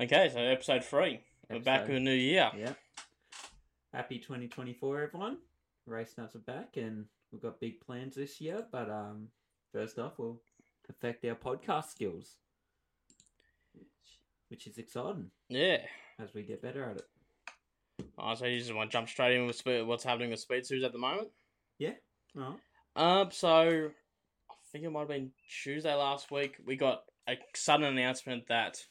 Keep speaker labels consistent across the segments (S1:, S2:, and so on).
S1: Okay, so episode three. We're back
S2: Episode.
S1: with a new year.
S2: Yeah. Happy 2024, everyone. Race nuts are back, and we've got big plans this year. But um, first off, we'll perfect our podcast skills, which- which is exciting
S1: Yeah.
S2: as we get better at it.
S1: Oh, so you just want to jump straight in with spe- what's happening with Speed Suits at the moment?
S2: Right.
S1: Um, so I think it might have been Tuesday last week. We got a sudden announcement that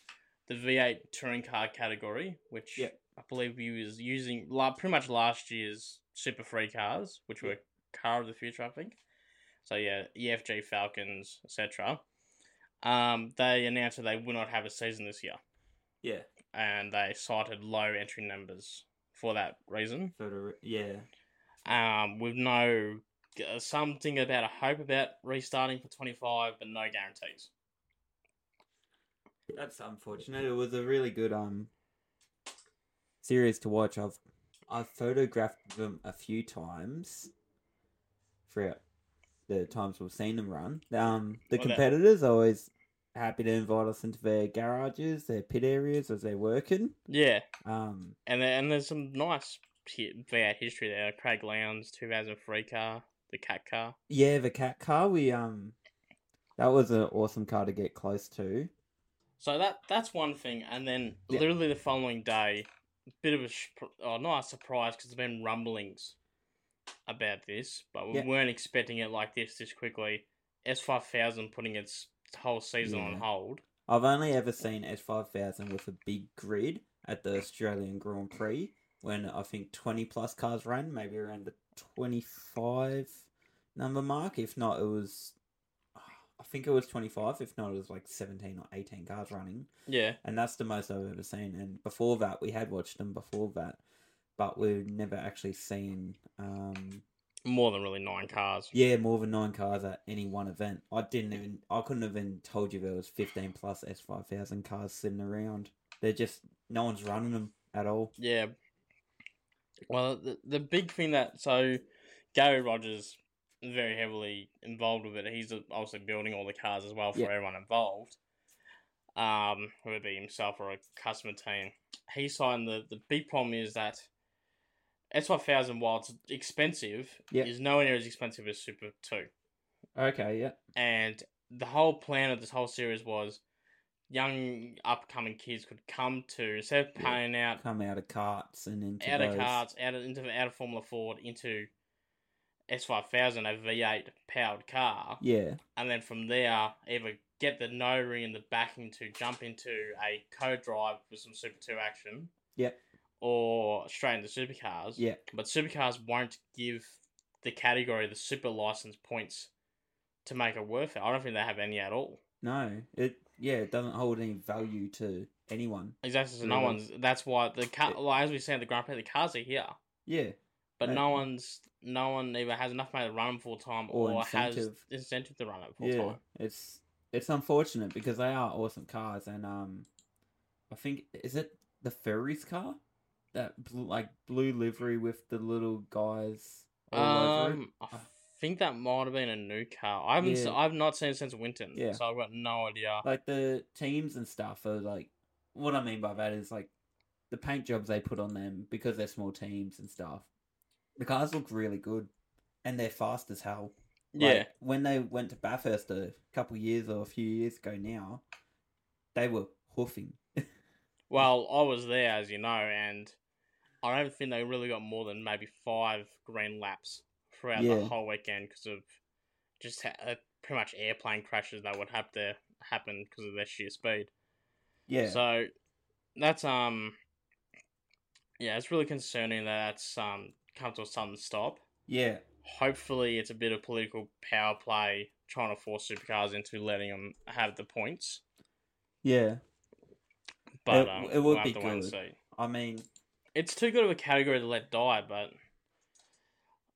S1: the V8 touring car category, which
S2: Yep.
S1: I believe we was using la- pretty much last year's Super Free cars, which were Car of the Future, I think. So yeah, EFG Falcons, etc. Um, they announced that they will not have a season this year,
S2: Yeah.
S1: and they cited low entry numbers for that reason
S2: For the re- yeah.
S1: um, with no uh, something about a hope about restarting for 25, but no guarantees.
S2: That's unfortunate. It was a really good um series to watch. I've I've photographed them a few times throughout the times we've seen them run. Um, the
S1: Well, that-
S2: competitors are always happy to invite us into their garages, their pit areas as they're working.
S1: Yeah,
S2: Um,
S1: and there, and there's some nice hi- V8 history there. Craig Lowndes, 2003 car, the cat car.
S2: yeah, the cat car we um that was an awesome car to get close to.
S1: So that that's one thing. And then
S2: Yeah.
S1: literally the following day, a bit of a sh- oh, not a surprise because there's been rumblings about this, but we
S2: Yeah.
S1: weren't expecting it like this this quickly. S5000 putting its whole season on
S2: Yeah.
S1: hold.
S2: I've only ever seen S5000 with a big grid at the Australian Grand Prix when I think 20 plus cars ran, maybe around the 25 number mark. If not, it was, I think it was 25. If not, it was like 17 or 18 cars running.
S1: Yeah,
S2: And that's the most I've ever seen. And before that, we had watched them before that, but we've never actually seen, um,
S1: more than really nine cars.
S2: yeah, more than nine cars at any one event. I didn't even, I couldn't have even told you there was fifteen plus S five thousand cars sitting around. They're just no one's running them at all.
S1: Yeah. Well, the, the big thing that so Gary Rogers very heavily involved with it. He's obviously building all the cars as well for
S2: Yeah.
S1: everyone involved. Um, whether it be himself or a customer team, he signed the the big problem is that S five thousand while it's expensive,
S2: Yeah.
S1: is nowhere near as expensive as Super Two.
S2: Okay, yeah,
S1: And the whole plan of this whole series was young upcoming kids could come to instead of
S2: Yeah.
S1: paying out
S2: come out of carts and into
S1: out of
S2: those.
S1: cards, out of into out of Formula Ford into S five thousand, a V eight powered car,
S2: Yeah,
S1: and then from there either get the no ring and the backing to jump into a co drive with some Super Two action.
S2: Yep.
S1: Or straight into supercars.
S2: yeah,
S1: But supercars won't give the category the super license points to make it worth it. I don't think they have any at all.
S2: no, it yeah, it doesn't hold any value to anyone.
S1: Exactly. So no
S2: Really?
S1: one's. That's why the car.
S2: Yeah.
S1: Like, as we said, the Grand Prix, the cars are here.
S2: Yeah,
S1: But
S2: Right.
S1: no one's no one either has enough money to run full time or,
S2: Or
S1: has
S2: incentive.
S1: incentive to run it full
S2: yeah,
S1: time.
S2: it's it's unfortunate because they are awesome cars, and um, I think is it the Ferrari's car. That blue, like blue livery with the little guys all over it.
S1: Um, I think that might have been a new car. I haven't. s
S2: Uh. Yeah.
S1: I've not seen it since Winton,
S2: Yeah.
S1: so I've got no idea.
S2: like the teams and stuff are like what I mean by that is like the paint jobs they put on them because they're small teams and stuff. The cars look really good and they're fast as hell. Like,
S1: yeah,
S2: when they went to Bathurst a couple years or a few years ago now, they were hoofing.
S1: Well, I was there, as you know, and I don't think they really got more than maybe five green laps throughout the
S2: Yeah.
S1: whole weekend because of just ha- uh, pretty much airplane crashes that would have to happen because of their sheer speed.
S2: Yeah.
S1: So that's um, yeah, it's really concerning that that's um come to a sudden stop.
S2: yeah.
S1: Hopefully, it's a bit of political power play trying to force supercars into letting them have the points.
S2: Yeah.
S1: But
S2: It-
S1: um,
S2: it would
S1: we'll have
S2: be
S1: to wait and
S2: good.
S1: see.
S2: I mean
S1: it's too good of a category to let die, but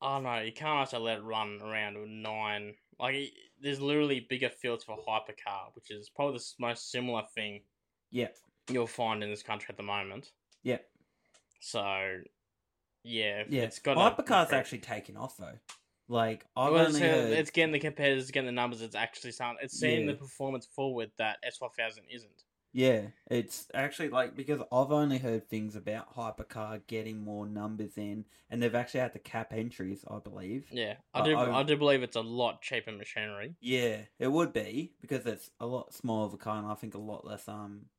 S1: I don't know. You can't also let it run around with nine. Like, it- there's literally bigger fields for hypercar, which is probably the s- most similar thing
S2: yeah.
S1: you'll find in this country at the moment.
S2: Yeah.
S1: So, yeah,
S2: Yeah.
S1: it's got a-
S2: Hypercar's actually taken off though. Like I've
S1: Well, it's,
S2: only
S1: uh,
S2: heard
S1: it's getting the competitors, it's getting the numbers. It's actually sound. It's seeing
S2: Yeah.
S1: the performance forward that S five thousand isn't.
S2: Yeah, it's actually like because I've only heard things about hypercar getting more numbers in, and they've actually had to cap entries, I believe.
S1: Yeah, I
S2: Uh,
S1: do.
S2: I-
S1: I do believe it's a lot cheaper machinery.
S2: Yeah, it would be because it's a lot smaller of a car, and I think a lot less um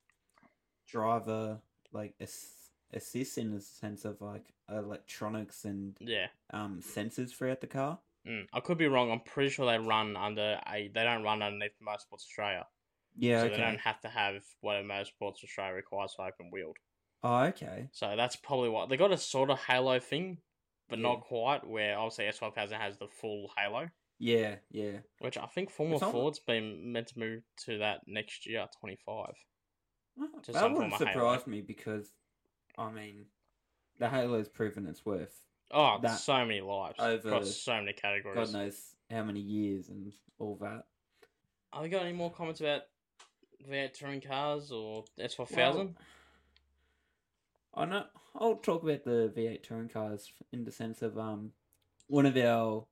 S2: driver like ass- assist in the sense of like electronics and
S1: Yeah,
S2: um sensors throughout the car.
S1: mm. I could be wrong. I'm pretty sure they run under a. They don't run underneath Motorsports Australia,
S2: Yeah.
S1: so
S2: okay.
S1: they don't have to have whatever Motorsports Australia requires for open wheeled.
S2: Oh, okay.
S1: So that's probably what they got a sort of Halo thing, but
S2: Yeah.
S1: not quite. Where obviously S five thousand has the full Halo,
S2: Yeah, yeah.
S1: which I think former
S2: It's not-
S1: Ford's been meant to move to that next year, twenty five.
S2: Oh,
S1: To
S2: that
S1: some
S2: wouldn't
S1: form of halo.
S2: surprise me because, I mean, the Halo's proven its worth.
S1: Oh,
S2: That
S1: so many lives
S2: over-
S1: across so many categories.
S2: God knows how many years and all that.
S1: Have you got any more comments about V8 touring cars or S5000?
S2: I know. I'll talk about the V8 touring cars in the sense of um, one of our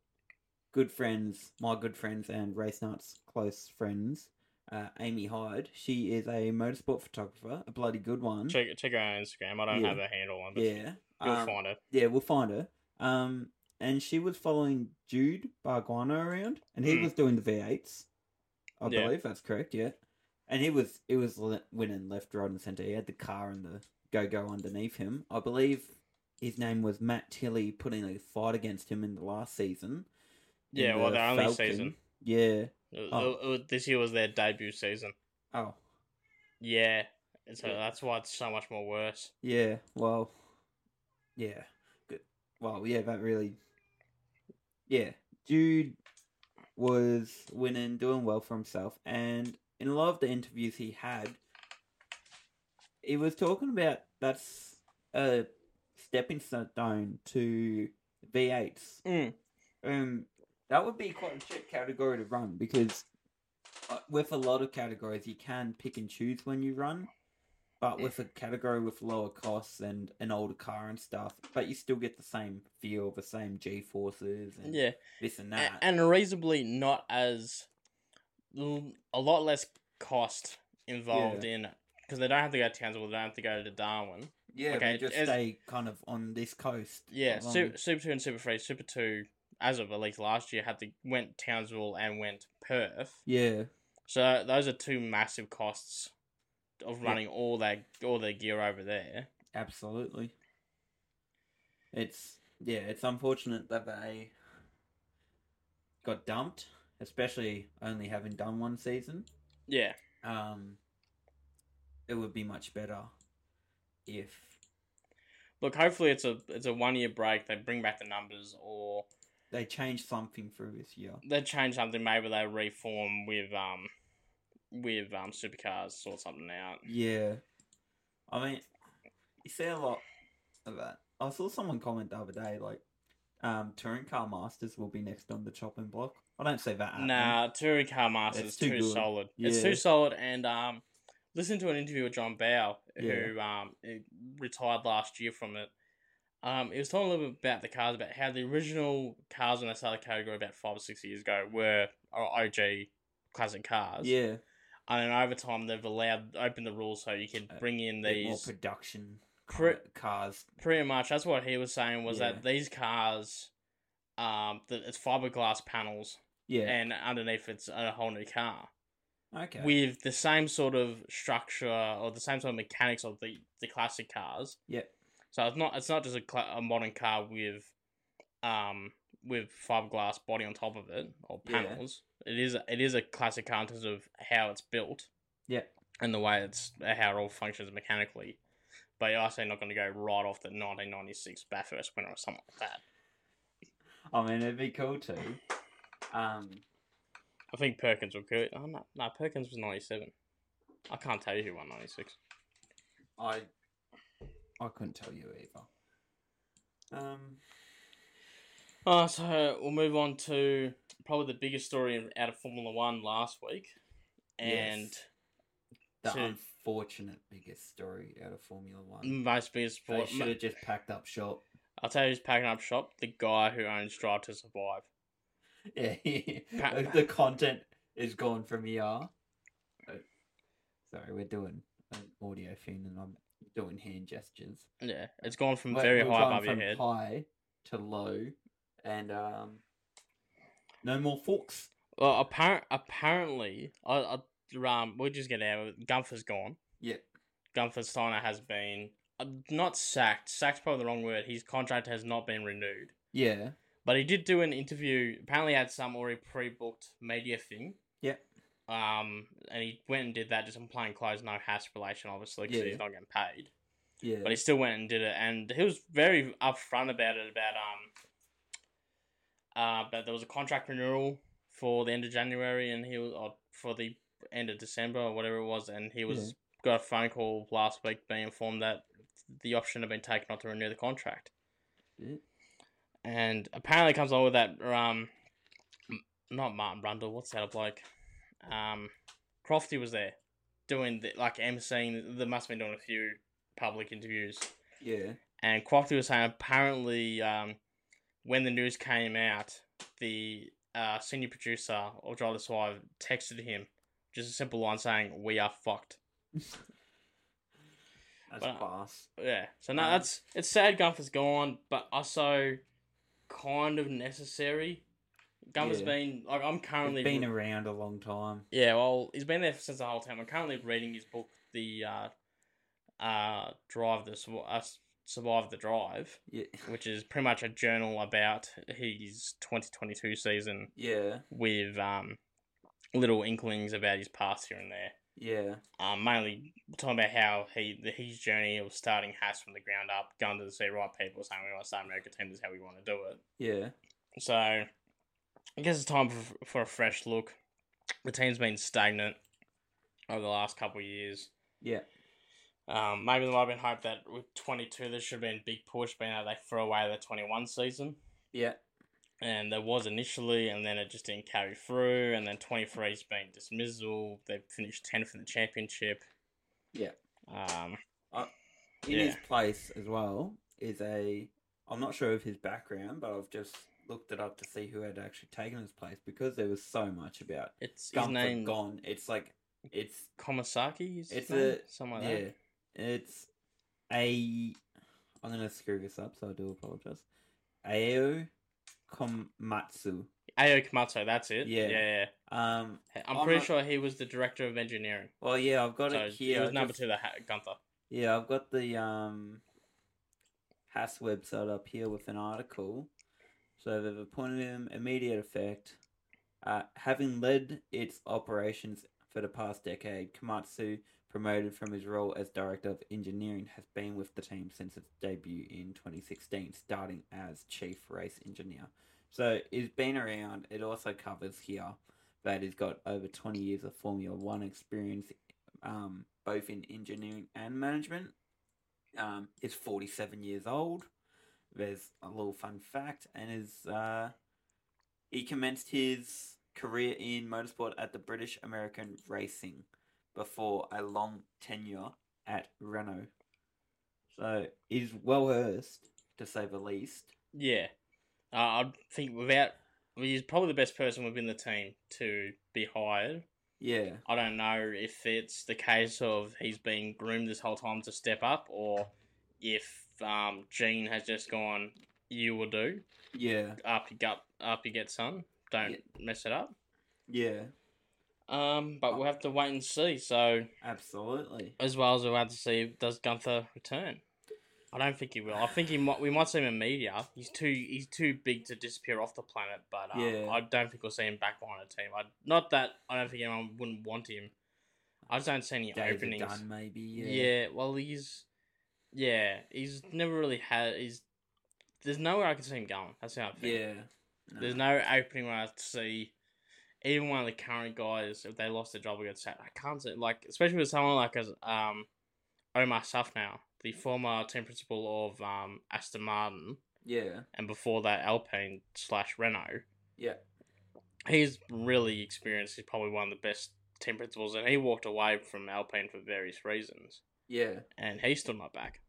S2: good friends, my good friends and race nuts close friends, uh, Amy Hyde. She is a motorsport photographer, a bloody good one.
S1: check, check her on Instagram. I don't
S2: hmm? Yeah.
S1: have her handle on, but
S2: yeah,
S1: you'll
S2: um,
S1: find it.
S2: yeah, we'll find her. Um, and she was following Jude Barguano around, and he
S1: Mm.
S2: was doing the V8s. I
S1: Yeah.
S2: believe that's correct. Yeah, and he was it was le- winning left, right, and centre. He had the car and the go go underneath him. I believe his name was Matt Tilley, putting a fight against him in the last season. in
S1: Yeah, well,
S2: the
S1: their only
S2: Falcon.
S1: season.
S2: Yeah.
S1: It-
S2: Oh.
S1: it- it- this year was their debut season.
S2: Oh,
S1: Yeah. And So
S2: Yeah.
S1: that's why it's so much more worse.
S2: yeah. Well, yeah. Good. Well, yeah. That really. Yeah, Jude was winning, doing well for himself, and in a lot of the interviews he had, he was talking about that's a stepping stone to V8s.
S1: Mm.
S2: Um, that would be quite a cheap category to run because uh, with a lot of categories you can pick and choose when you run. But with a category with lower costs and an older car and stuff, but you still get the same feel, the same G forces, and
S1: Yeah.
S2: this and
S1: A-
S2: that.
S1: and reasonably not as. l- A lot less cost involved in. Because they don't have to go to Townsville, they don't have to go to Darwin.
S2: yeah,
S1: okay,
S2: they just
S1: as-
S2: stay kind of on this coast.
S1: Yeah,
S2: along-
S1: Super, Super Two and Super Three. Super Two, as of at least last year, had to went Townsville and went Perth.
S2: yeah,
S1: So those are two massive costs of
S2: Yeah.
S1: running all that all their gear over there.
S2: absolutely. It's yeah, it's unfortunate that they got dumped, especially only having done one season.
S1: Yeah,
S2: Um, it would be much better if
S1: look, hopefully it's a it's a one year break. They bring back the numbers, or
S2: they change something through this year.
S1: they change something. Maybe they reform with um with um supercars, sort something out.
S2: Yeah. I mean, you see a lot of that. I saw someone comment the other day, like, um, touring car masters will be next on the chopping block. I don't say that. happening.
S1: Nah, Touring Car Masters
S2: Uh, It's
S1: is
S2: too
S1: too,
S2: good.
S1: solid. It's
S2: Yeah.
S1: too solid. And um, listen to an interview with John Bow,
S2: Yeah.
S1: who um eh, retired last year from it. Um, he was talking a little bit about the cars, about how the original cars when they started the category about five or six years ago were our OG classic cars.
S2: Yeah.
S1: And then over time, they've allowed opened the rules so you can
S2: Uh,
S1: bring in
S2: bit more
S1: these.
S2: production
S1: Cri-
S2: car- cars.
S1: pretty much, that's what he was saying was
S2: Yeah.
S1: that these cars, um, that it's fiberglass panels,
S2: Yeah.
S1: and underneath it's a whole new car
S2: okay.
S1: with the same sort of structure or the same sort of mechanics of the, the classic cars.
S2: Yep.
S1: So it's not it's not just a, cla a modern car with um with fiberglass body on top of it or
S2: Yeah.
S1: panels. It is it is a classic car in terms of how it's built.
S2: Yep.
S1: And the way it's how it all functions mechanically. But you're also not going to go right off the 1996 Bathurst winner or something like that.
S2: I mean, it'd be cool too. Um,
S1: I think Perkins will go. Oh, no, no, Perkins was 97. I can't tell you who won 96.
S2: I, I couldn't tell you either. Um,
S1: Oh, so we'll move on to probably the biggest story out of Formula One last week, and
S2: Yes. the
S1: So-
S2: unfortunate biggest story out of Formula One.
S1: most biggest
S2: They
S1: sport.
S2: should have just packed up shop.
S1: I'll tell you who's packing up shop: the guy who owns Drive to Survive.
S2: Yeah,
S1: Pa-
S2: the content is gone from ER. E Uh, Sorry, we're doing an audio thing and I'm doing hand gestures.
S1: Yeah, it's gone from
S2: We're-
S1: Mm, very
S2: we're
S1: high
S2: going
S1: above your
S2: from
S1: head.
S2: High to low, and um, no more forks.
S1: Well, appar- apparently, I, I, um, we'll just get out. of it. Gunther's gone.
S2: Yep.
S1: Gunther Steiner has been uh, not sacked. Sacked's probably the wrong word. His contract has not been renewed.
S2: Yeah.
S1: But he did do an interview. Apparently, had some already pre-booked media thing.
S2: Yep.
S1: Um, and he went and did that just in plain clothes, no has relation, obviously, because
S2: Yeah.
S1: he's not getting paid.
S2: Yeah.
S1: But he still went and did it, and he was very upfront about it. About um, uh, but there was a contract renewal for the end of January, and he was or for the end of December or whatever it was, and he was got a phone call last week being informed that the option had been taken not to renew the contract
S2: Shit.
S1: and apparently comes along with that um m- not Martin Brundle, what's that bloke? Um Crofty was there doing the, like emceeing they must have been doing a few public interviews.
S2: Yeah.
S1: And Crofty was saying apparently um when the news came out, the uh, senior producer of Drive to Survive texted him just a simple line saying, We are fucked.
S2: That's
S1: But-
S2: fast.
S1: Yeah. So no,
S2: Um,
S1: that's it's sad Gunther's gone, but also kind of necessary. Gunther's
S2: Yeah.
S1: been like I'm currently
S2: It's been around a long time.
S1: Yeah, well, he's been there since the whole time. I'm currently reading his book, The uh uh Drive the Sur- uh, Survive the Drive,
S2: Yeah.
S1: which is pretty much a journal about his 2022 season
S2: Yeah.
S1: with um little inklings about his past here and there
S2: Yeah.
S1: um, mainly talking about how he the, his journey of starting Haas from the ground up, going to the sea right people, saying we want to start an American team, this is how we want to do it.
S2: Yeah.
S1: So I guess it's time for, for a fresh look. The team's been stagnant over the last couple of years.
S2: Yeah.
S1: Um, maybe there might have been hope that with 22 there should have been a big push, being that they threw away the 21 season.
S2: Yeah.
S1: And there was initially, and then it just didn't carry through. And then 23's been dismissal. They finished 10th in the championship.
S2: Yeah.
S1: Um,
S2: in
S1: Yeah.
S2: his place as well is a I'm not sure of his background, but I've just looked it up to see who had actually taken his place because there was so much about
S1: It's his
S2: Gunther
S1: name
S2: gone. It's like it's
S1: Komasaki. Is
S2: It's
S1: his name?
S2: a-
S1: something like
S2: yeah,
S1: that.
S2: it's a I'm gonna screw this up, so I do apologize. Ao Komatsu.
S1: Ayo Komatsu. That's it. Yeah, yeah.
S2: Yeah. Um,
S1: I'm,
S2: I'm
S1: pretty
S2: not-
S1: sure he was the director of engineering.
S2: well, yeah, I've got
S1: So
S2: it
S1: he
S2: here.
S1: was
S2: I
S1: number
S2: just-
S1: two to ha- Gunther.
S2: Yeah, I've got the um Haas website up here with an article. So they've appointed him immediate effect. Uh, having led its operations for the past decade, Komatsu, promoted from his role as director of engineering, has been with the team since its debut in 2016, starting as chief race engineer. So he's been around. It also covers here that he's got over 20 years of Formula One experience um, both in engineering and management. Um, is 47 years old. There's a little fun fact, and is uh, he commenced his career in motorsport at the British American Racing before a long tenure at Renault. So is well versed, to say the least.
S1: Yeah, uh, I think without well, he's probably the best person within the team to be hired.
S2: Yeah,
S1: I don't know if it's the case of he's been groomed this whole time to step up, or if um, Gene has just gone, "You will do.
S2: yeah,
S1: Up you get, up you get, son. Don't mess it up."
S2: yeah,
S1: Um, but we'll have to wait and see. So,
S2: absolutely.
S1: as well as we'll have to see, does Gunther return? I don't think he will. I think he might. We might see him in media. He's too. He's too big to disappear off the planet. But um,
S2: Yeah.
S1: I don't think we'll see him back on a team. I, not that I don't think anyone wouldn't want him. I just don't see any
S2: David
S1: openings.
S2: Dunn, maybe.
S1: yeah.
S2: Yeah,
S1: Well, he's. Yeah, he's never really had. He's. There's nowhere I can see him going. That's the other thing.
S2: yeah.
S1: There's no opening where I see even one of the current guys if they lost their job against sacked. I can't see like especially with someone like as um Omar Saf now, the former team principal of um Aston Martin
S2: yeah,
S1: and before that Alpine slash Renault.
S2: yeah.
S1: He's really experienced. He's probably one of the best team principals, and he walked away from Alpine for various reasons,
S2: Yeah.
S1: and he's still not back.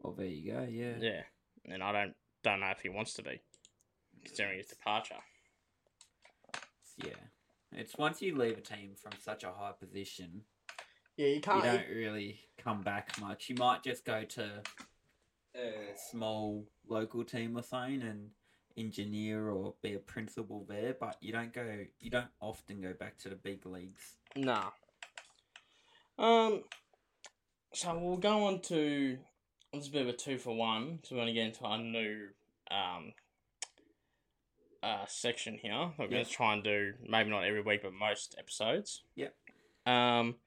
S2: Well, there you go. Yeah.
S1: Yeah, and I don't don't know if he wants to be considering his departure.
S2: It's- Yeah. It's once you leave a team from such a high position,
S1: Yeah, you
S2: you
S1: can't.
S2: don't really come back much. You might just go to a small local team or something and engineer or be a principal there, but you don't go. You don't often go back to the big leagues.
S1: Nah. Um. So we'll go on to this is a bit of a two for one. So we're gonna get into our new um uh section here. We're gonna
S2: Yeah.
S1: try and do maybe not every week, but most episodes.
S2: Yep.
S1: Um,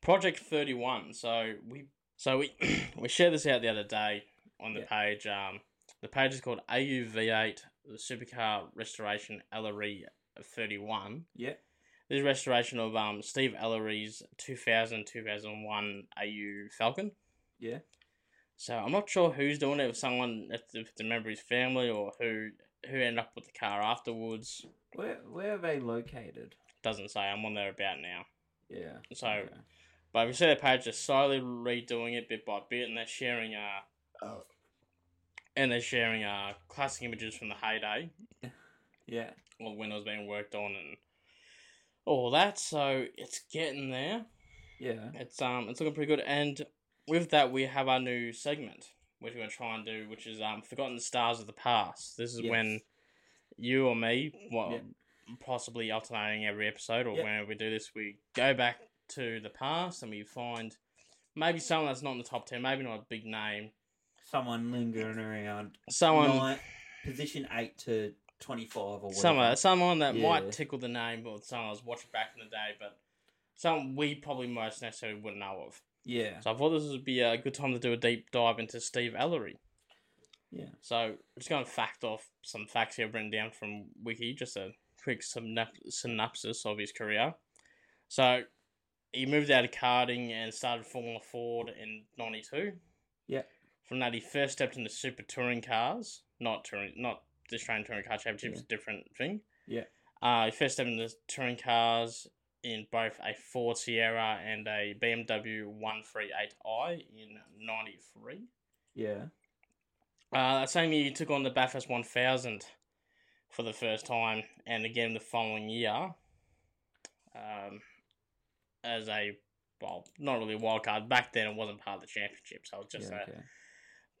S1: Project Thirty One. So we so we we shared this out the other day on the
S2: Yeah.
S1: page. Um, the page is called AUV8, the Supercar Restoration E Ellery Thirty One.
S2: Yeah.
S1: This restoration of um Steve Ellery's 2000 2001 AU Falcon.
S2: Yeah.
S1: So I'm not sure who's doing it. If someone, if, if it's a member of his family or who who ended up with the car afterwards,
S2: Where Where are they located?
S1: doesn't say. I'm on there about now.
S2: Yeah.
S1: So- But we see the page just slowly redoing it bit by bit, and they're sharing uh,
S2: Oh.
S1: and they're sharing uh classic images from the heyday
S2: Yeah.
S1: of when it was being worked on and all that. So it's getting there.
S2: Yeah.
S1: It's um, it's looking pretty good. And with that, we have our new segment, which we're going to try and do, which is um, forgotten stars of the past. This is
S2: Yes.
S1: when you or me, well,
S2: Yeah.
S1: possibly alternating every episode, or
S2: Yeah.
S1: whenever we do this, we go back to the past and we find maybe someone that's not in the top ten, maybe not a big name,
S2: Someone lingering around
S1: someone,
S2: nine- position eight to twenty five or whatever.
S1: someone, someone that
S2: Yeah.
S1: might tickle the name, or someone I was watching back in the day, but someone we probably most necessarily wouldn't know of.
S2: Yeah.
S1: So I thought this would be a good time to do a deep dive into Steve Ellery.
S2: Yeah.
S1: So I'm just going to fact off some facts here written down from Wiki, just a quick synap- synopsis of his career. So he moved out of karting and started Formula Ford in 92.
S2: Yeah.
S1: From that, he first stepped into super touring cars, not touring, not the Australian touring car championship,
S2: Yeah.
S1: it's a different thing.
S2: Yeah.
S1: Uh, he first stepped into touring cars in both a Ford Sierra and a BMW 138i in 93.
S2: Yeah.
S1: Uh, that same year, you took on the Bathurst 1000 for the first time, and again the following year um, as a, well, not really a wild card. Back then, it wasn't part of the championship, so it was just
S2: yeah,
S1: a,
S2: okay.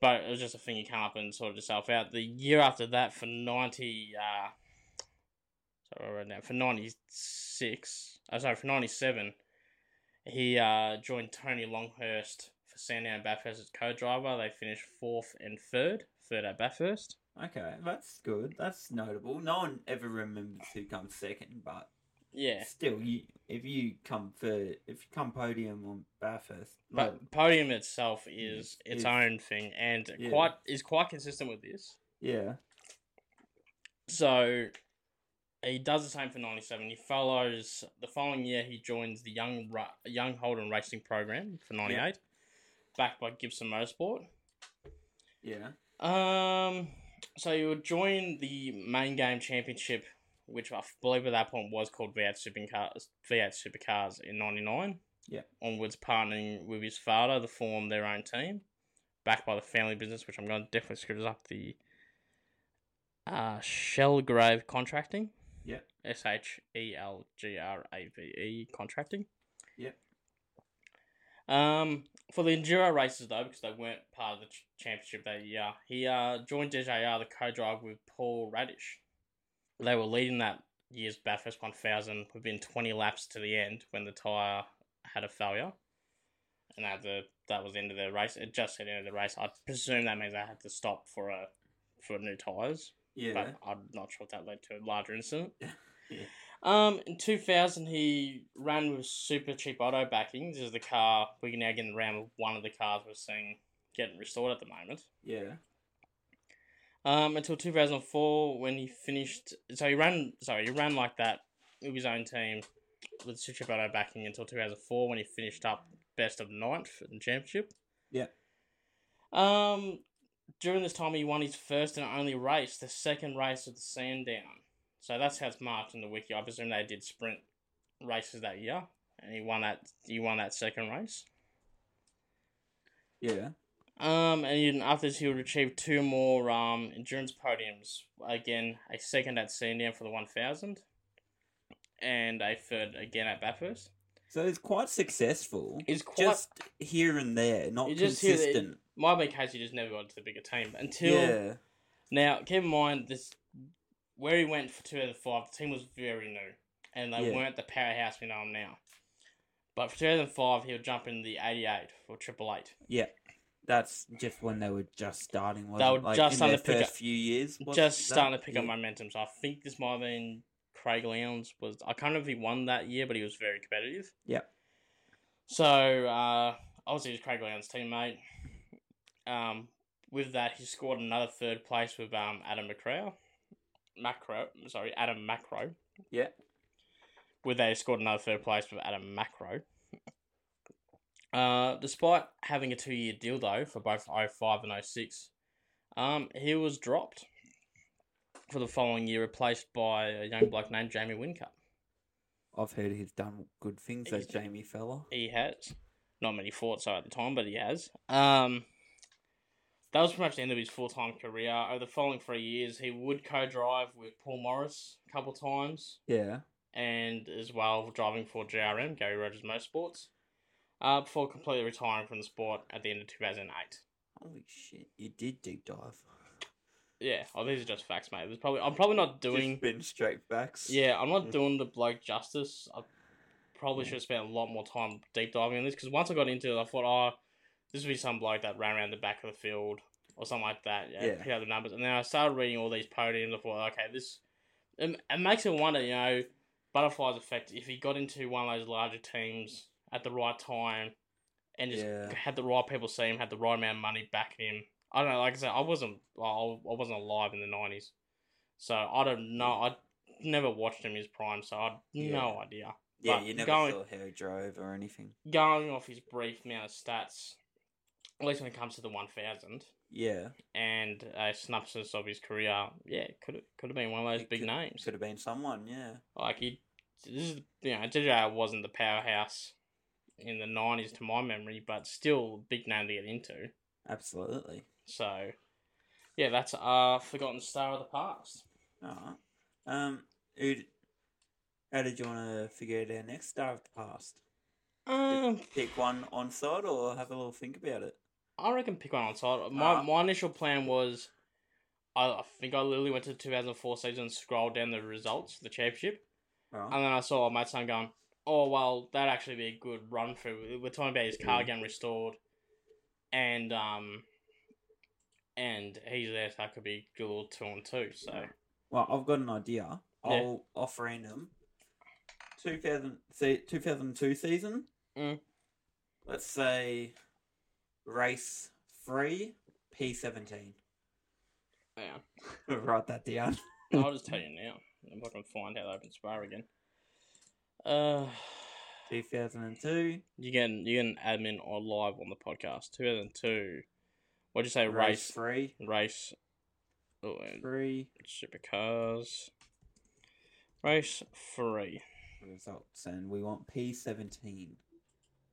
S1: but it was just a thing you come up and sorted yourself out. The year after that, for 90, uh, sorry, I wrote down, for 96, oh, sorry, for 97, he uh, joined Tony Longhurst for Sandown Bathurst as co driver. They finished fourth and third, third at Bathurst.
S2: Okay, that's good. That's notable. No one ever remembers who comes second, but
S1: Yeah.
S2: still, you if you come for if you come podium on Bathurst, like,
S1: But podium itself is
S2: Yes,
S1: its
S2: yes.
S1: own thing and
S2: Yeah.
S1: quite is quite consistent with this.
S2: yeah,
S1: So he does the same for 97. He follows the following year, he joins the Young Ru- Young Holden Racing Program for 98, backed by Gibson Motorsport.
S2: yeah,
S1: Um, so he would join the main game championship, which I believe at that point was called V8 Supercars, V8 Supercars in 99.
S2: Yep.
S1: Onwards, partnering with his father to form their own team, backed by the family business, which I'm going to definitely screw this up the uh, Shellgrave Contracting.
S2: Yep.
S1: S H E L G R A V E Contracting.
S2: Yep.
S1: Um, for the enduro races though, because they weren't part of the ch- championship that year, he uh joined DJR the co-drive with Paul Radish. They were leading that year's Bathurst 1000 within 20 laps to the end when the tire had a failure, and that the that was the end of the race. It just said end of the race. I presume that means they had to stop for a for new tires,
S2: yeah,
S1: but I'm not sure if that led to a larger incident.
S2: Yeah.
S1: Um, in 2000, he ran with super cheap auto backing. This is the car we can now get in the round with one of the cars we're seeing getting restored at the moment.
S2: yeah,
S1: Um, until 2004 when he finished. So he ran. Sorry, he ran like that with his own team with super cheap auto backing until 2004 when he finished up best of ninth in the championship.
S2: Yeah.
S1: Um, during this time he won his first and only race, the second race of the Sandown. So that's how it's marked in the wiki. I presume they did sprint races that year, and he won that. He won that second race.
S2: yeah,
S1: Um, and even after this, he would achieve two more um endurance podiums. Again, a second at Sandown for the one thousand, and a third again at Bathurst.
S2: So it's quite successful.
S1: It's quite.
S2: just here and there, not
S1: You just hear that-
S2: consistent.
S1: might be case he just never got into the bigger team until
S2: Yeah,
S1: now. Keep in mind this where he went for 2005. The team was very new, and they
S2: Yeah.
S1: weren't the powerhouse we know them now. But for 2005, he'll jump in the 88 for Triple Eight.
S2: that's just when they were just starting. Wasn't
S1: were
S2: it? like
S1: just
S2: in
S1: starting
S2: their
S1: to pick
S2: first
S1: up-
S2: few years. wasn't
S1: just
S2: that?
S1: starting to pick up
S2: Yeah.
S1: momentum. So I think this might have been Craig Lowndes was I can't remember if he won that year, but he was very competitive.
S2: Yep.
S1: So uh, obviously he was Craig Lowndes' teammate. Um, with that he scored another third place with um Adam McCrow. Macro sorry, Adam Macro.
S2: Yeah.
S1: With that he scored another third place with Adam Macro. Uh, despite having a two year deal though for both 05 and 06, um, he was dropped for the following year, replaced by a young bloke named Jamie Wincup.
S2: I've heard he's done good things,
S1: He's-
S2: that Jamie fella.
S1: He has not many thoughts at the time, but he has. Um, that was pretty much the end of his full time career. Over the following three years, he would co-drive with Paul Morris a couple times,
S2: Yeah,
S1: and as well driving for JRM Gary Rogers Motorsports, uh, before completely retiring from the sport at the end of two thousand eight.
S2: holy shit, you did deep dive.
S1: Yeah, oh, these are just facts, mate. There's probably I'm probably not doing
S2: Just been straight backs.
S1: Yeah, I'm not
S2: Mm.
S1: doing the bloke justice. I probably
S2: Yeah.
S1: should have spent a lot more time deep diving on this because once I got into it, I thought, oh, this would be some bloke that ran around the back of the field or something like that. Yeah,
S2: Yeah.
S1: yeah. the numbers, and then I started reading all these podiums. I thought, okay, this it, it makes me wonder, you know, butterflies effect. If he got into one of those larger teams at the right time and just
S2: Yeah.
S1: had the right people see him, had the right amount of money backing him. I don't know. Like I said, I wasn't, I I wasn't alive in the nineties, so I don't know. I never watched him his prime, so I've no idea.
S2: yeah,
S1: but
S2: you never
S1: going-
S2: saw how he drove or anything.
S1: Going off his brief amount of stats, at least when it comes to the one thousand
S2: Yeah,
S1: and a synopsis of his career, yeah, could could have been one of those
S2: It
S1: big
S2: could-
S1: names.
S2: could have been someone. Yeah,
S1: Like he, this is you know, JJ wasn't the powerhouse in the nineties to my memory, but still a big name to get into.
S2: absolutely.
S1: So, yeah, that's our forgotten star of the past.
S2: Alright. Um, who, how did you want to figure out our next star of the past?
S1: Um,
S2: Pick one on side or have a little think about it?
S1: I reckon pick one on side. My
S2: Uh,
S1: my initial plan was, I, I think I literally went to the 2004 season, and scrolled down the results, the championship,
S2: Alright.
S1: and then I saw my son going, "Oh well, that'd actually be a good run through." We're talking about his car getting restored, and um, and he's there, so that could be good little two on two. So
S2: well, I've got an idea.
S1: Yeah.
S2: I'll off random. 2000, se- 2002 season.
S1: Mm.
S2: Let's say race three, P17.
S1: yeah,
S2: Write that down.
S1: I'll just tell you now. If I can find how to open spar again. Uh.
S2: 2002,
S1: You can you can admin or live on the podcast. Two thousand two. What'd you say?
S2: race
S1: Race
S2: three,
S1: race. Oh, and
S2: three
S1: supercars. Race three.
S2: results, and we want P17.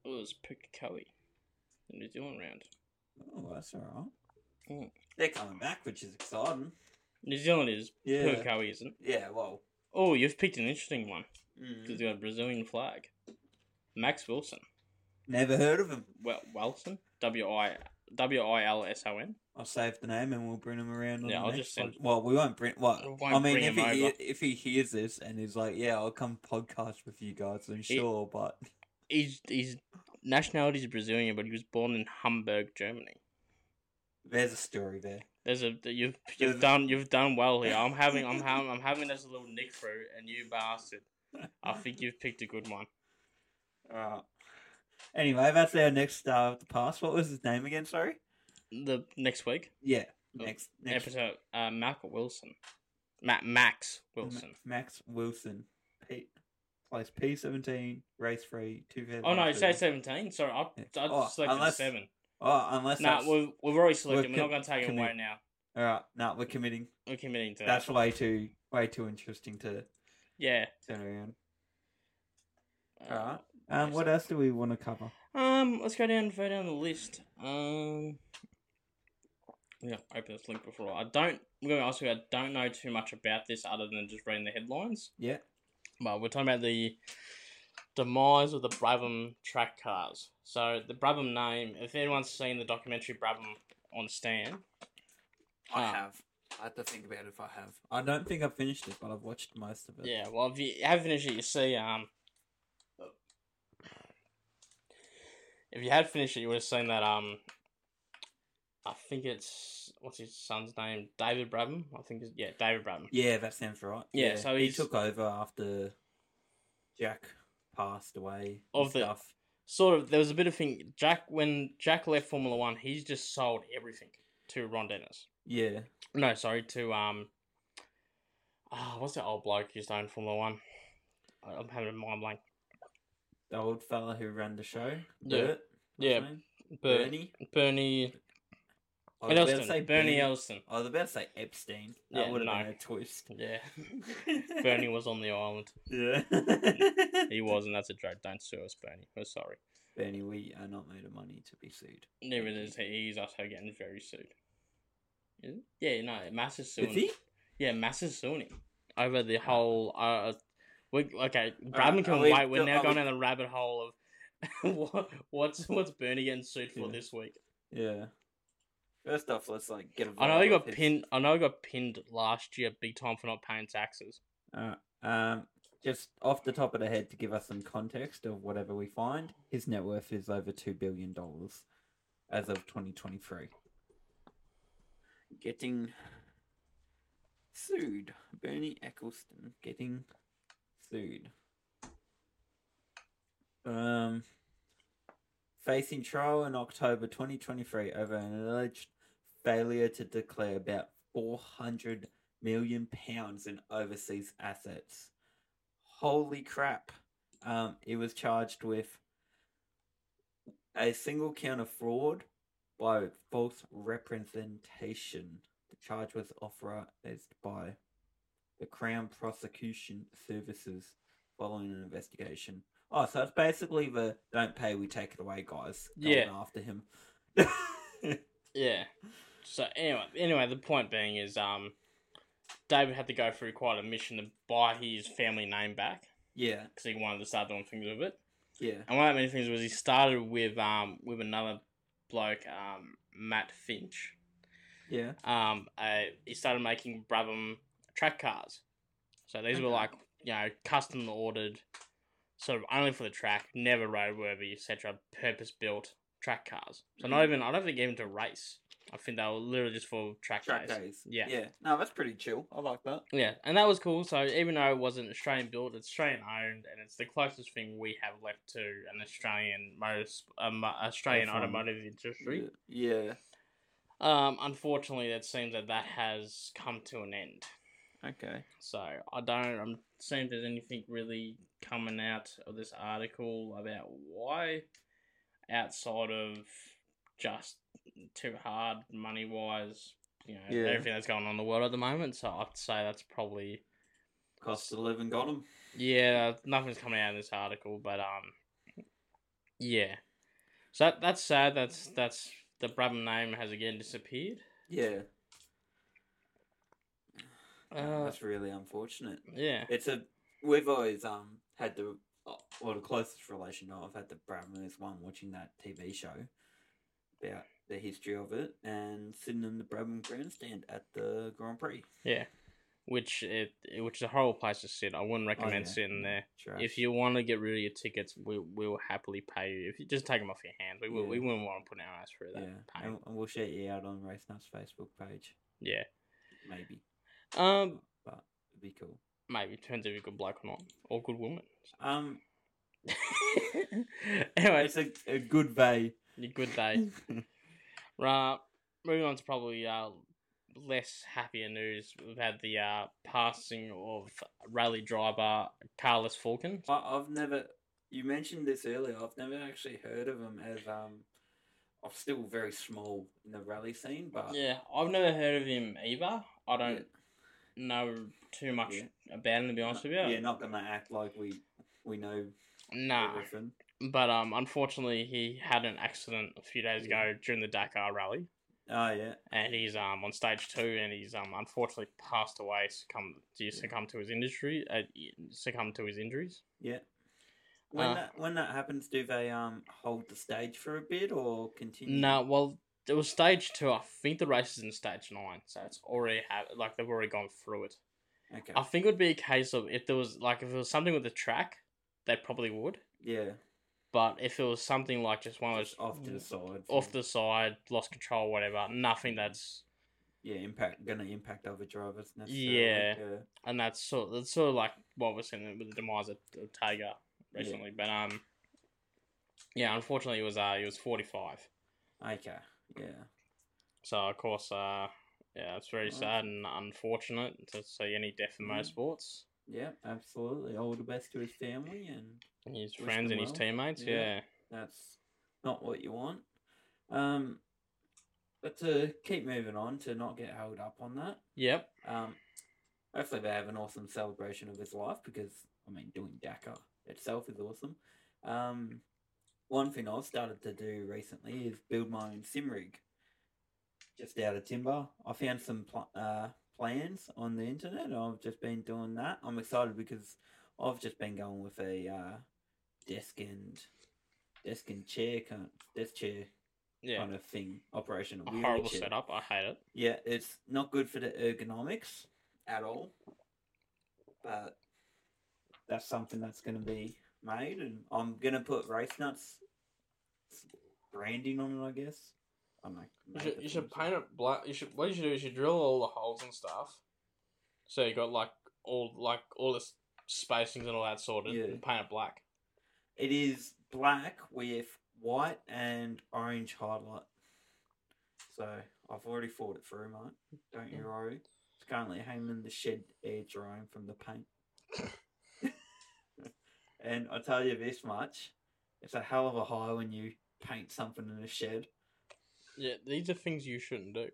S1: Oh, it's Pukekohe. The New Zealand round.
S2: Oh, that's alright.
S1: Mm.
S2: They're coming back, which is exciting.
S1: New Zealand is
S2: Yeah.
S1: Pukekohe, isn't?
S2: Yeah, well.
S1: Oh, you've picked an interesting one
S2: mm.
S1: because you got a Brazilian flag. Max Wilson.
S2: Never heard of him.
S1: Well, Wilson. W i w i l s o n.
S2: I'll save the name and we'll bring him around. On
S1: Yeah,
S2: the
S1: I'll
S2: next
S1: just send-
S2: pod- Well, we won't bring. What?
S1: We won't
S2: I mean,
S1: bring
S2: if
S1: him
S2: he
S1: over.
S2: if he hears this and he's like, "Yeah, I'll come podcast with you guys," I'm sure. But
S1: He's he's nationality is Brazilian, but he was born in Hamburg, Germany.
S2: there's a story there.
S1: There's a that you've
S2: There's
S1: you've
S2: a-
S1: done you've done well here. I'm having I'm having I'm having this little nick through, and you bastard. I think you've picked a good one.
S2: Alright. Anyway, that's our next star of the past. What was his name again? Sorry.
S1: The next week
S2: Yeah.
S1: Oh,
S2: Next. Next.
S1: episode, uh, Mac Wilson, Matt Max Wilson.
S2: Max Wilson. P- place P seventeen. Race free. Two thousand.
S1: Oh no, say seventeen. Sorry, I, I
S2: Yeah. Oh,
S1: selected
S2: unless-
S1: seven.
S2: Oh, unless
S1: No,
S2: that's...
S1: we've, we've already selected.
S2: we're
S1: We're, not going to take him
S2: commi-
S1: away now.
S2: all right. No, we're committing.
S1: We're committing to
S2: That's
S1: that.
S2: way too way too interesting to
S1: Yeah.
S2: turn around.
S1: Uh,
S2: Alright. Um, what else do we want to cover?
S1: Um, let's go down further down the list. Um, I'm gonna open this link before I don't. I'm gonna ask you. I don't know too much about this other than just reading the headlines.
S2: Yeah.
S1: But we're talking about the demise of the Brabham track cars. So the Brabham name, if anyone's seen the documentary Brabham on Stan,
S3: I
S1: Ah.
S3: have. I have to think about if I have.
S2: I don't think I've finished it, but I've watched most of it.
S1: yeah. Well, if you have finished it, you see. Um, if you had finished it, you would have seen that. Um, I think it's what's his son's name, David Brabham. I think it's, yeah, David Brabham.
S2: Yeah, that sounds right.
S1: Yeah, so
S2: he
S1: he's-
S2: took over after Jack passed away. and
S1: Of the-
S2: stuff.
S1: Sort of. There was a bit of thing. Jack when Jack left Formula One, he's just sold everything to Ron Dennis.
S2: Yeah,
S1: No, sorry, to um ah, what's that old bloke who's known Formula One? I- I'm having a mind blank.
S2: the old fella who ran the show.
S1: Yeah.
S2: Bert, what's
S1: Yeah,
S2: his name?
S1: Ber-
S2: Bernie.
S1: Bernie
S2: I was about to
S1: Elston.
S2: say
S1: Bernie
S2: Bernie.
S1: Elston.
S2: I was about to say Epstein. That
S1: Yeah,
S2: would have
S1: no.
S2: been a twist.
S1: Yeah. Bernie was on the island.
S2: Yeah.
S1: He was, and that's a joke. Don't sue us, Bernie. We're sorry.
S2: Bernie, we are not made of money to be sued.
S1: Neither is he. He's also getting very sued. Is he? Yeah, no, Massa's suing.
S2: Is he?
S1: Yeah, Massa's suing him over the whole. Uh, we okay. Bradman
S2: are
S1: can
S2: we
S1: wait. We're
S2: still-
S1: now
S2: are
S1: going
S2: we-
S1: down the rabbit hole of what, what's what's Bernie getting sued for
S2: Yeah.
S1: this week.
S2: Yeah. First off, let's like get. A
S1: I know he
S2: vibe
S1: got
S2: of his-
S1: pinned. I know he got pinned last year, big time for not paying taxes.
S2: Um, just off the top of the head to give us some context of whatever we find, his net worth is over two billion dollars as of 2023. Getting sued, Bernie Eccleston getting sued. Um, facing trial in October 2023 over an alleged failure to declare about 400 million pounds in overseas assets. Holy crap. Um, it was charged with a single count of fraud by false representation. The charge was authorized by the Crown Prosecution Services following an investigation. Oh, so it's basically the don't pay, we take it away guys. going
S1: Yeah.
S2: After him.
S1: Yeah. So anyway, anyway, the point being is, um, David had to go through quite a mission to buy his family name back
S2: yeah,
S1: because he wanted to start doing things with it.
S2: yeah.
S1: And one of the many things was he started with um with another bloke, um, Matt Finch.
S2: Yeah.
S1: Um, uh, he started making Brabham track cars. So these were
S2: Okay.
S1: like you know custom ordered, sort of only for the track, never roadworthy, etc. Purpose built track cars. So
S2: Mm-hmm.
S1: not even I don't think even to race. I think they were literally just for track,
S2: Track
S1: days.
S2: days.
S1: Yeah.
S2: Yeah. No, that's pretty chill. I like that.
S1: Yeah, and that was cool. So even though it wasn't Australian built, it's Australian owned, and it's the closest thing we have left to an Australian most um, Australian
S2: F one.
S1: automotive industry.
S2: Yeah.
S1: Um, unfortunately, it seems that that has come to an end.
S2: Okay.
S1: So I don't. I'm seeing if there's anything really coming out of this article about why, outside of just too hard money wise, you know,
S2: Yeah.
S1: everything that's going on in the world at the moment. So I'd say that's probably
S2: Cost of living got him.
S1: yeah. Nothing's coming out in this article, but um, yeah. So that, that's sad. That's that's the Brabham name has again disappeared.
S2: Yeah.
S1: Uh,
S2: that's really unfortunate.
S1: yeah,
S2: It's a we've always um had the or the closest relation I've had to Bradman is one watching that TV show about the history of it and sitting in the Bradman grandstand at the Grand Prix.
S1: yeah. Which it which is a horrible place to sit. I wouldn't recommend
S2: yeah.
S1: sitting there.
S2: Trash.
S1: If you want to get rid of your tickets, we will happily pay you. If you just take them off your hands, we will, we
S2: Yeah.
S1: wouldn't want to put our ass through
S2: yeah,
S1: that
S2: and,
S1: pain.
S2: and we'll shout you out on Race Nuts Facebook page,
S1: Yeah.
S2: maybe.
S1: Um,
S2: But it'd be cool.
S1: maybe it turns out you're a good bloke or not, or good woman.
S2: Um,
S1: anyway,
S2: it's a, a good day.
S1: a good day. Right, moving on to probably uh less happier news. We've had the uh passing of rally driver Carlos Falcon.
S2: I, I've never. You mentioned this earlier. I've never actually heard of him as um. I'm still very small in the rally scene, but
S1: Yeah, I've never heard of him either. I don't know too much
S2: Yeah.
S1: about him to be honest with you.
S2: yeah, not gonna act like we we know
S1: Nah.
S2: everything.
S1: But um, unfortunately, he had an accident a few days ago during the Dakar Rally,
S2: Oh yeah,
S1: and he's um on stage two, and he's um unfortunately passed away, succumbed, he succumbed to his industry, uh, succumbed to his injuries.
S2: yeah, When
S1: Uh,
S2: that when that happens, do they um hold the stage for a bit or continue?
S1: No, well, it was stage two. I think the race is in stage nine, so it's already ha- like they've already gone through it.
S2: Okay.
S1: I think it would be a case of if there was like if it was something with the track, they probably would.
S2: yeah.
S1: But if it was something like just one of those
S2: Just off to the side.
S1: off the side, lost control, whatever, nothing that's
S2: yeah impact going to impact other drivers necessarily.
S1: Yeah. and that's sort that's sort of like what we're seeing with the demise of, of Tiger recently. But um, yeah, unfortunately, it was uh, he was forty five.
S2: yeah. Okay. Yeah.
S1: So of course, uh, yeah, it's very
S2: Right.
S1: sad and unfortunate to see any death in
S2: Mm.
S1: motorsports.
S2: Yeah. Absolutely. All the best to his family, and
S1: And His
S2: Wish
S1: friends
S2: them
S1: and his
S2: well.
S1: teammates,
S2: Yeah.
S1: yeah.
S2: that's not what you want. Um, but to keep moving on to not get held up on that.
S1: Yep.
S2: Um, hopefully they have an awesome celebration of his life because I mean doing Dakar itself is awesome. Um, one thing I've started to do recently is build my own sim rig, just out of timber. I found some pl- uh, plans on the internet. and I've just been doing that. I'm excited because I've just been going with a uh, desk and desk and chair, kind desk chair
S1: Yeah.
S2: kind of thing, operational
S1: A
S2: wheelchair.
S1: horrible setup. I hate it.
S2: Yeah, it's not good for the ergonomics at all. But that's something that's going to be made, and I'm going to put race nuts branding on it. I guess. I don't know.
S1: You should, you should paint it black. You should what you should do is you drill all the holes and stuff, so you got like all like all the s- spacings and all that sorted,
S2: Yeah.
S1: and paint it black.
S2: It is black with white and orange highlight. So I've already thought it through, mate. Don't you worry. It's currently hanging in the shed air drying from the paint. and I tell you this much, it's a hell of a high when you paint something in a shed.
S1: Yeah, these are things you shouldn't do.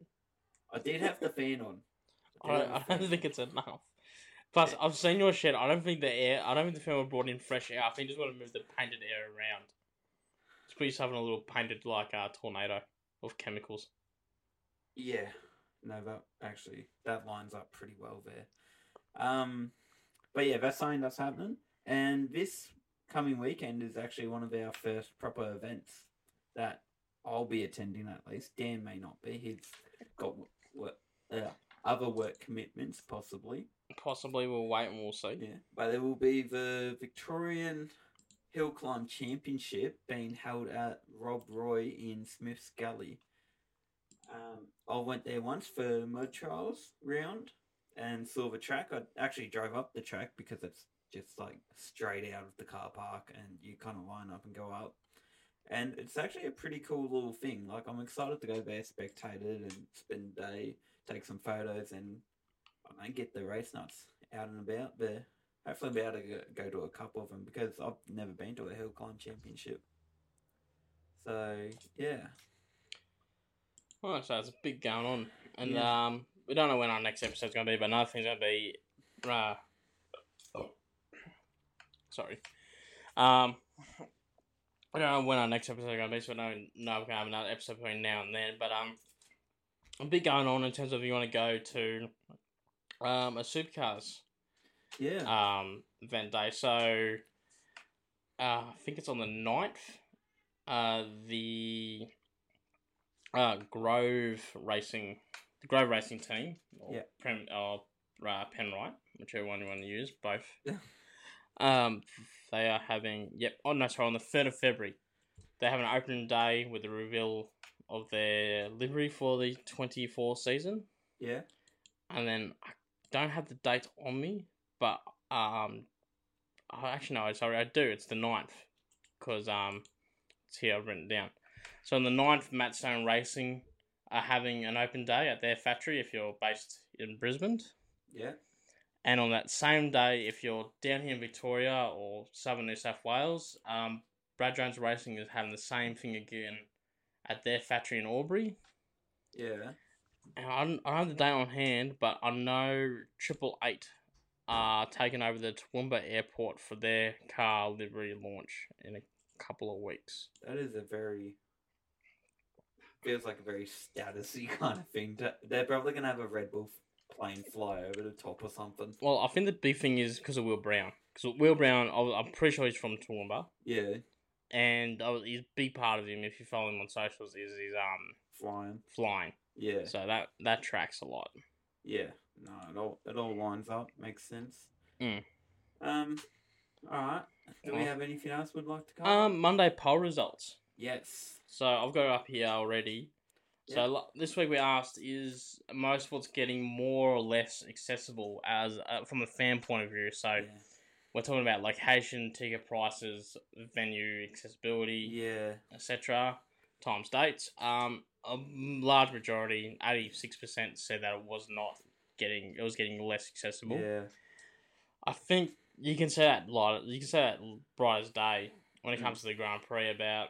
S2: I did have the fan on.
S1: I don't, I don't think it's enough. Plus, I've seen your shed. I don't think the air. I don't think the film brought in fresh air. I think you just want to move the painted air around. It's pretty having a little painted like a tornado of chemicals.
S2: Yeah. No, that actually that lines up pretty well there. Um but yeah, that's something that's happening. And this coming weekend is actually one of our first proper events that I'll be attending at least. Dan may not be. He's got work, uh, other work commitments possibly.
S1: Possibly we'll wait and we'll see.
S2: Yeah. But there will be the Victorian Hill Climb Championship being held at Rob Roy in Smith's Gully. Um, I went there once for mud trials round and saw the track. I actually drove up the track because it's just like straight out of the car park and you kind of line up and go up. And it's actually a pretty cool little thing. Like, I'm excited to go there, spectate it, and spend the day, take some photos, and I don't get the race nuts out and about there. Hopefully, I'll be able to go- go to a couple of them because I've never been to a hill climb championship. So yeah,
S1: Oh, so it's a big going on, and
S2: Yeah.
S1: um, we don't know when our next episode's going to be, but another thing's going to be, uh, sorry, um, we don't know when our next episode's going to be, so we don't know if we're going to have another episode between now and then. But um, a bit going on in terms of you want to go to um a supercars
S2: yeah,
S1: um event day. So uh, I think it's on the 9th. Uh, the uh, Grove Racing, the Grove Racing team, or
S2: Yeah.
S1: Prem, or uh, Penrite, whichever one you want to use, both.
S2: Yeah.
S1: Um, they are having yep. Oh no, sorry, on the third of February, they have an opening day with the reveal of their livery for the twenty four season
S2: yeah,
S1: and then I don't have the date on me, but um, I actually no, sorry, I do. It's the 9th, because um, it's here I've written it down. So on the 9th, Matt Stone Racing are having an open day at their factory if you're based in Brisbane,
S2: yeah,
S1: and on that same day, if you're down here in Victoria or southern New South Wales, um, Brad Jones Racing is having the same thing again at their factory in Albury.
S2: yeah.
S1: And I don't, I don't have the date on hand, but I know Triple Eight are taking over the Toowoomba Airport for their car livery launch in a couple of weeks.
S2: That is a very feels like a very statusy kind of thing. To, they're probably gonna have a Red Bull plane fly over the top or something.
S1: Well, I think the big thing is because of Will Brown. Because Will Brown, I was, I'm pretty sure he's from Toowoomba,
S2: Yeah,
S1: and I was, he's a big part of him. If you follow him on socials, is his um
S2: flying.
S1: flying.
S2: Yeah,
S1: So that that tracks a lot.
S2: yeah. No, it all it all lines up. Makes sense.
S1: Mm.
S2: Um. All right. Do we
S1: Well.
S2: have anything else we'd like to cover?
S1: Um, Monday poll results.
S2: Yes.
S1: So I've got it up here already. So
S2: Yeah.
S1: lo- this week we asked: Is motorsports getting more or less accessible as uh, from a fan point of view? So
S2: yeah.
S1: we're talking about location, ticket prices, venue accessibility,
S2: Yeah.
S1: etc. Times dates. Um, a large majority, eighty-six percent, said that it was not getting. It was getting less accessible.
S2: Yeah.
S1: I think you can say that light. You can say that bright as day when it
S2: Mm.
S1: comes to the Grand Prix about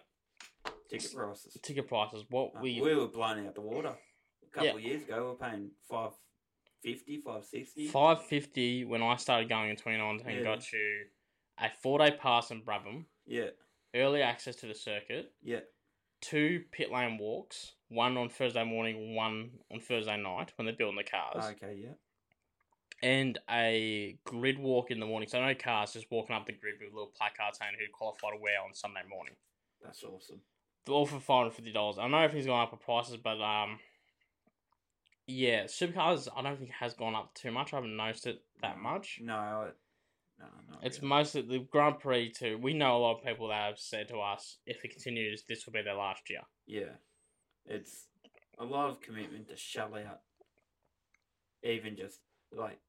S2: Ticket prices.
S1: ticket prices. What
S2: Uh,
S1: we
S2: we, were blown out the water a couple
S1: Yeah.
S2: of years ago. We were paying five fifty, five sixty.
S1: Five fifty when I started going in twenty nineteen
S2: Yeah.
S1: got you a four day pass in Brabham,
S2: Yeah,
S1: early access to the circuit,
S2: yeah,
S1: two pit lane walks, one on Thursday morning, one on Thursday night when they're building the cars,
S2: okay, yeah,
S1: and a grid walk in the morning. So no cars, just walking up the grid with little placards saying who qualified where on Sunday morning.
S2: that's awesome.
S1: All for five hundred fifty dollars. I don't know if he's gone up in prices, but um, yeah, supercars. I don't think has gone up too much. I haven't noticed it
S2: Mm.
S1: that much.
S2: No, it, no, no.
S1: It's mostly the Grand Prix too. We know a lot of people that have said to us, if it continues, this will be their last year.
S2: yeah, it's a lot of commitment to shell out, even just like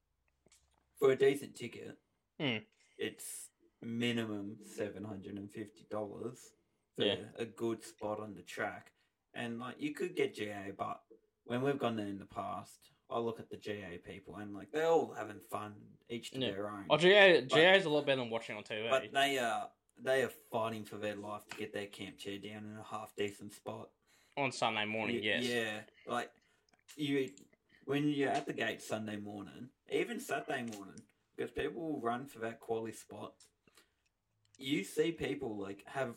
S2: for a decent ticket,
S1: Mm.
S2: it's minimum seven hundred and fifty dollars for
S1: Yeah.
S2: a good spot on the track, and like you could get GA, but when we've gone there in the past, I look at the GA people and like they're all having fun, each to
S1: Yeah.
S2: their own.
S1: Oh, GA, GA is a lot better than watching on TV.
S2: But they are they are fighting for their life to get their camp chair down in a half decent spot.
S1: on Sunday morning,
S2: Y-
S1: yes.
S2: Yeah, like you when you're at the gate Sunday morning, even Saturday morning, because people will run for that quality spot. You see people like have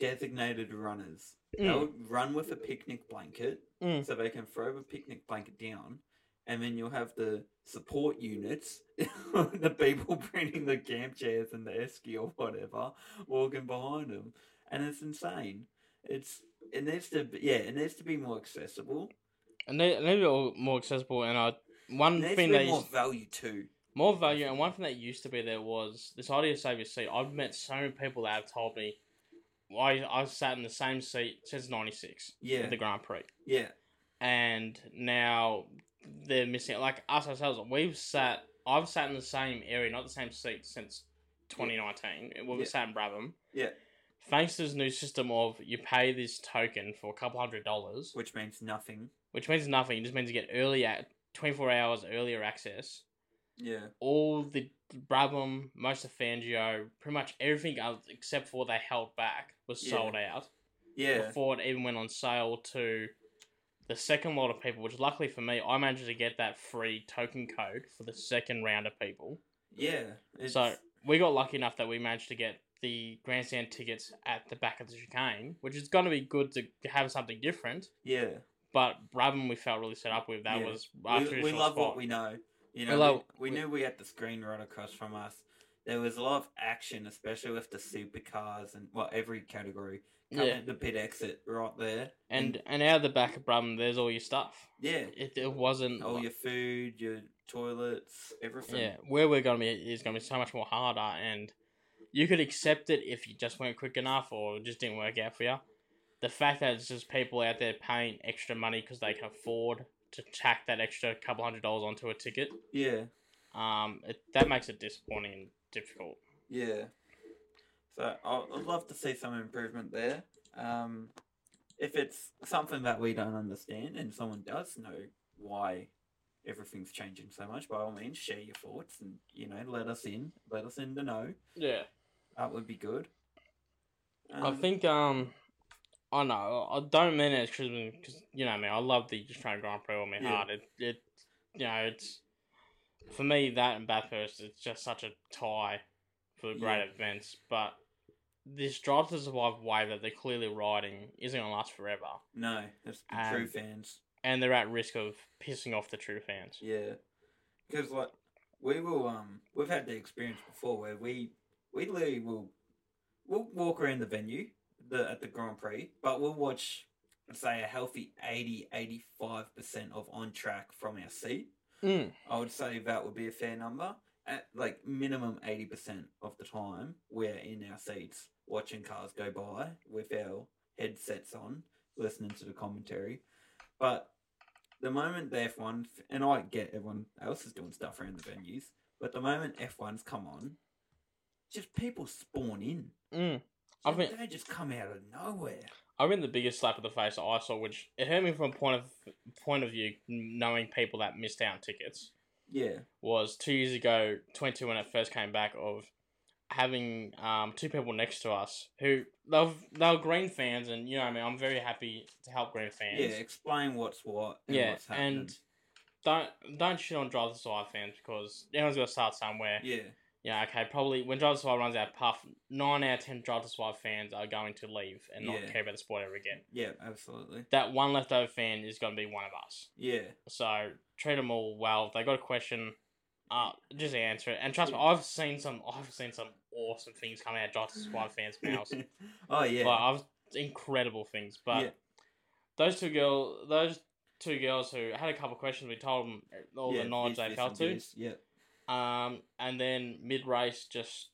S2: designated runners. They'll run with a picnic blanket
S1: Mm.
S2: so they can throw the picnic blanket down. And then you'll have the support units, the people bringing the camp chairs and the esky or whatever, walking behind them. And it's insane. It's it needs to be, yeah, it needs to be more accessible.
S1: And they, and they're all more accessible. And I,
S2: It
S1: one
S2: needs
S1: thing
S2: to
S1: that
S2: be more
S1: used-
S2: value too.
S1: more value, and one thing that used to be there was this idea of save your seat. I've met so many people that have told me, I, I've sat in the same seat since 96
S2: Yeah,
S1: at the Grand Prix.
S2: yeah,
S1: and now they're missing like us ourselves we've sat i've sat in the same area not the same seat since 2019 when we
S2: Yeah.
S1: sat in brabham
S2: yeah.
S1: thanks to this new system of you pay this token for a couple hundred dollars
S2: Which means nothing.
S1: which means nothing it just means you get early at 24 hours earlier access
S2: Yeah,
S1: all the brabham most of fangio pretty much everything else except for what they held back was
S2: Yeah.
S1: sold out
S2: yeah,
S1: before it even went on sale to the second lot of people, which luckily for me, I managed to get that free token code for the second round of people.
S2: yeah. It's,
S1: So we got lucky enough that we managed to get the grandstand tickets at the back of the chicane, which is going to be good to have something different.
S2: yeah,
S1: But Brabham, we felt really set up with that
S2: Yeah.
S1: was our
S2: we, we
S1: traditional
S2: love
S1: spot.
S2: what we know. You know, we,
S1: love-
S2: we
S1: we-
S2: knew we had the screen right across from us. There was a lot of action, especially with the supercars and well, every category. Come
S1: yeah,
S2: at the pit exit right there,
S1: and and out of the back of Brabham, there's all your stuff.
S2: yeah,
S1: It, it wasn't
S2: all your food, your toilets, everything.
S1: Mm, Yeah, where we're gonna be is gonna be so much more harder, and you could accept it if you just weren't quick enough or it just didn't work out for you. The fact that it's just people out there paying extra money because they can afford to tack that extra couple hundred dollars onto a ticket,
S2: yeah,
S1: um, it, that makes it disappointing and difficult.
S2: yeah. So I- I'd love to see some improvement there. Um, if it's something that we don't understand and someone does know why everything's changing so much, by all means, share your thoughts and you know let us in, let us in to know.
S1: Yeah,
S2: That would be good.
S1: I think um, I know I don't mean it because you know me. I love the Australian Grand Prix with my
S2: Yeah.
S1: heart. It, it, you know, it's for me that and Bathurst. It's just such a tie for the great
S2: Yeah.
S1: events. But this Drive to Survive wave that they're clearly riding isn't gonna last forever,
S2: no, it's the true
S1: Um,
S2: fans.
S1: and they're at risk of pissing off the true fans.
S2: Yeah, because like we will um we've had the experience before where we we literally will we'll walk around the venue the at the Grand Prix, but we'll watch I'd say a healthy 80 85 percent of on track from our seat.
S1: Mm.
S2: I would say that would be a fair number. At like minimum eighty percent of the time, we're in our seats watching cars go by with our headsets on, listening to the commentary. But the moment the F one and I get everyone else is doing stuff around the venues, but the moment F one's come on, just people spawn in.
S1: Mm. I
S2: They-
S1: think-
S2: they just come out of nowhere.
S1: I mean, the biggest slap in the face I saw, which it hurt me from a point of point of view, knowing people that missed out on tickets,
S2: Yeah,
S1: was two years ago, 22, when it first came back, of having um, two people next to us who they're, they're Green fans, and you know, what I mean, I'm very happy to help Green fans.
S2: yeah. Explain what's what. And
S1: Yeah,
S2: what's happening.
S1: and- Don't don't shit on Drive the Side fans because everyone's got to start somewhere.
S2: yeah,
S1: Yeah, okay, probably when Drive to Survive runs out of puff, nine out of ten Drive to Survive fans are going to leave and not
S2: Yeah.
S1: care about the sport ever again.
S2: yeah, absolutely.
S1: That one leftover fan is going to be one of us.
S2: Yeah,
S1: So treat them all well. If they got a question, uh, just answer it. And trust me, I've seen some. I've seen some awesome things coming out of Drive to Survive fans' mouths.
S2: oh yeah,
S1: Like I've incredible things. But
S2: Yeah.
S1: those two girl, those two girls who had a couple questions, we told them all
S2: Yeah,
S1: the knowledge
S2: this,
S1: they
S2: this
S1: felt
S2: and
S1: to.
S2: this. Yeah,
S1: Um, and then mid race just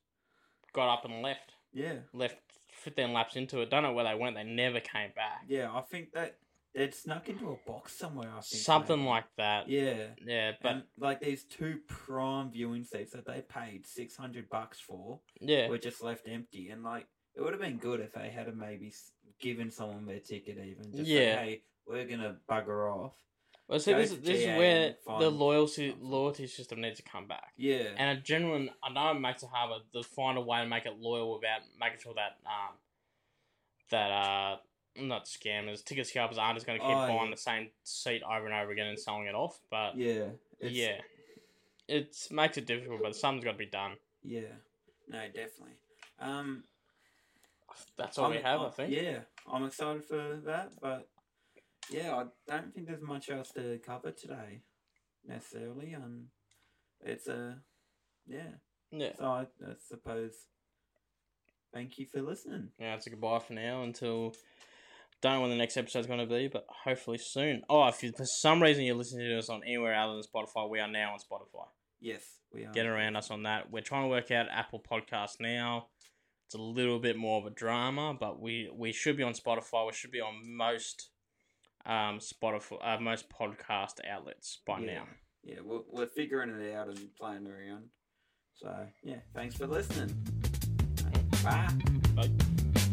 S1: got up and left.
S2: yeah,
S1: Left 15 laps into it. Don't know where they went. They never came back.
S2: yeah. I think that it snuck into a box somewhere. I think
S1: Something
S2: maybe.
S1: like that. Yeah,
S2: yeah.
S1: but
S2: and, like these two prime viewing seats that they paid six hundred bucks for
S1: yeah,
S2: were just left empty, and like it would have been good if they had maybe s- given someone their ticket, even just yeah.
S1: Yeah.
S2: say, hey, we're gonna bugger off.
S1: well, see,
S2: go
S1: this,
S2: to
S1: this is
S2: GA
S1: where
S2: and find
S1: the loyalty
S2: something.
S1: loyalty system needs to come back.
S2: Yeah,
S1: And a genuine, I know it makes it hard, but to find a way to make it loyal without making sure that um that uh not scammers, ticket scalpers aren't just going to keep
S2: Oh,
S1: buying
S2: yeah.
S1: the same seat over and over again and selling it off. But
S2: yeah, it's-
S1: uh, yeah, it makes it difficult, but something's got to be done.
S2: yeah. No, definitely. Um,
S1: That's all we
S2: I'm-
S1: have,
S2: I'm-
S1: I think.
S2: oh, Yeah, I'm excited for that, but yeah, I don't think there's much else to cover today necessarily. Um, it's a yeah.
S1: yeah.
S2: So I, I suppose thank you for listening.
S1: Yeah, it's a goodbye for now until don't know when the next episode's going to be, but hopefully soon. Oh, if you, for some reason you're listening to us on anywhere other than Spotify, we are now on Spotify.
S2: Yes, we are.
S1: Get around us on that. We're trying to work out Apple Podcasts now. It's a little bit more of a drama, but we we should be on Spotify. We should be on most um Spotify uh, most podcast outlets by
S2: Yeah.
S1: now.
S2: Yeah, we're, we're figuring it out and playing around. So yeah, thanks for listening. Bye.
S1: Bye.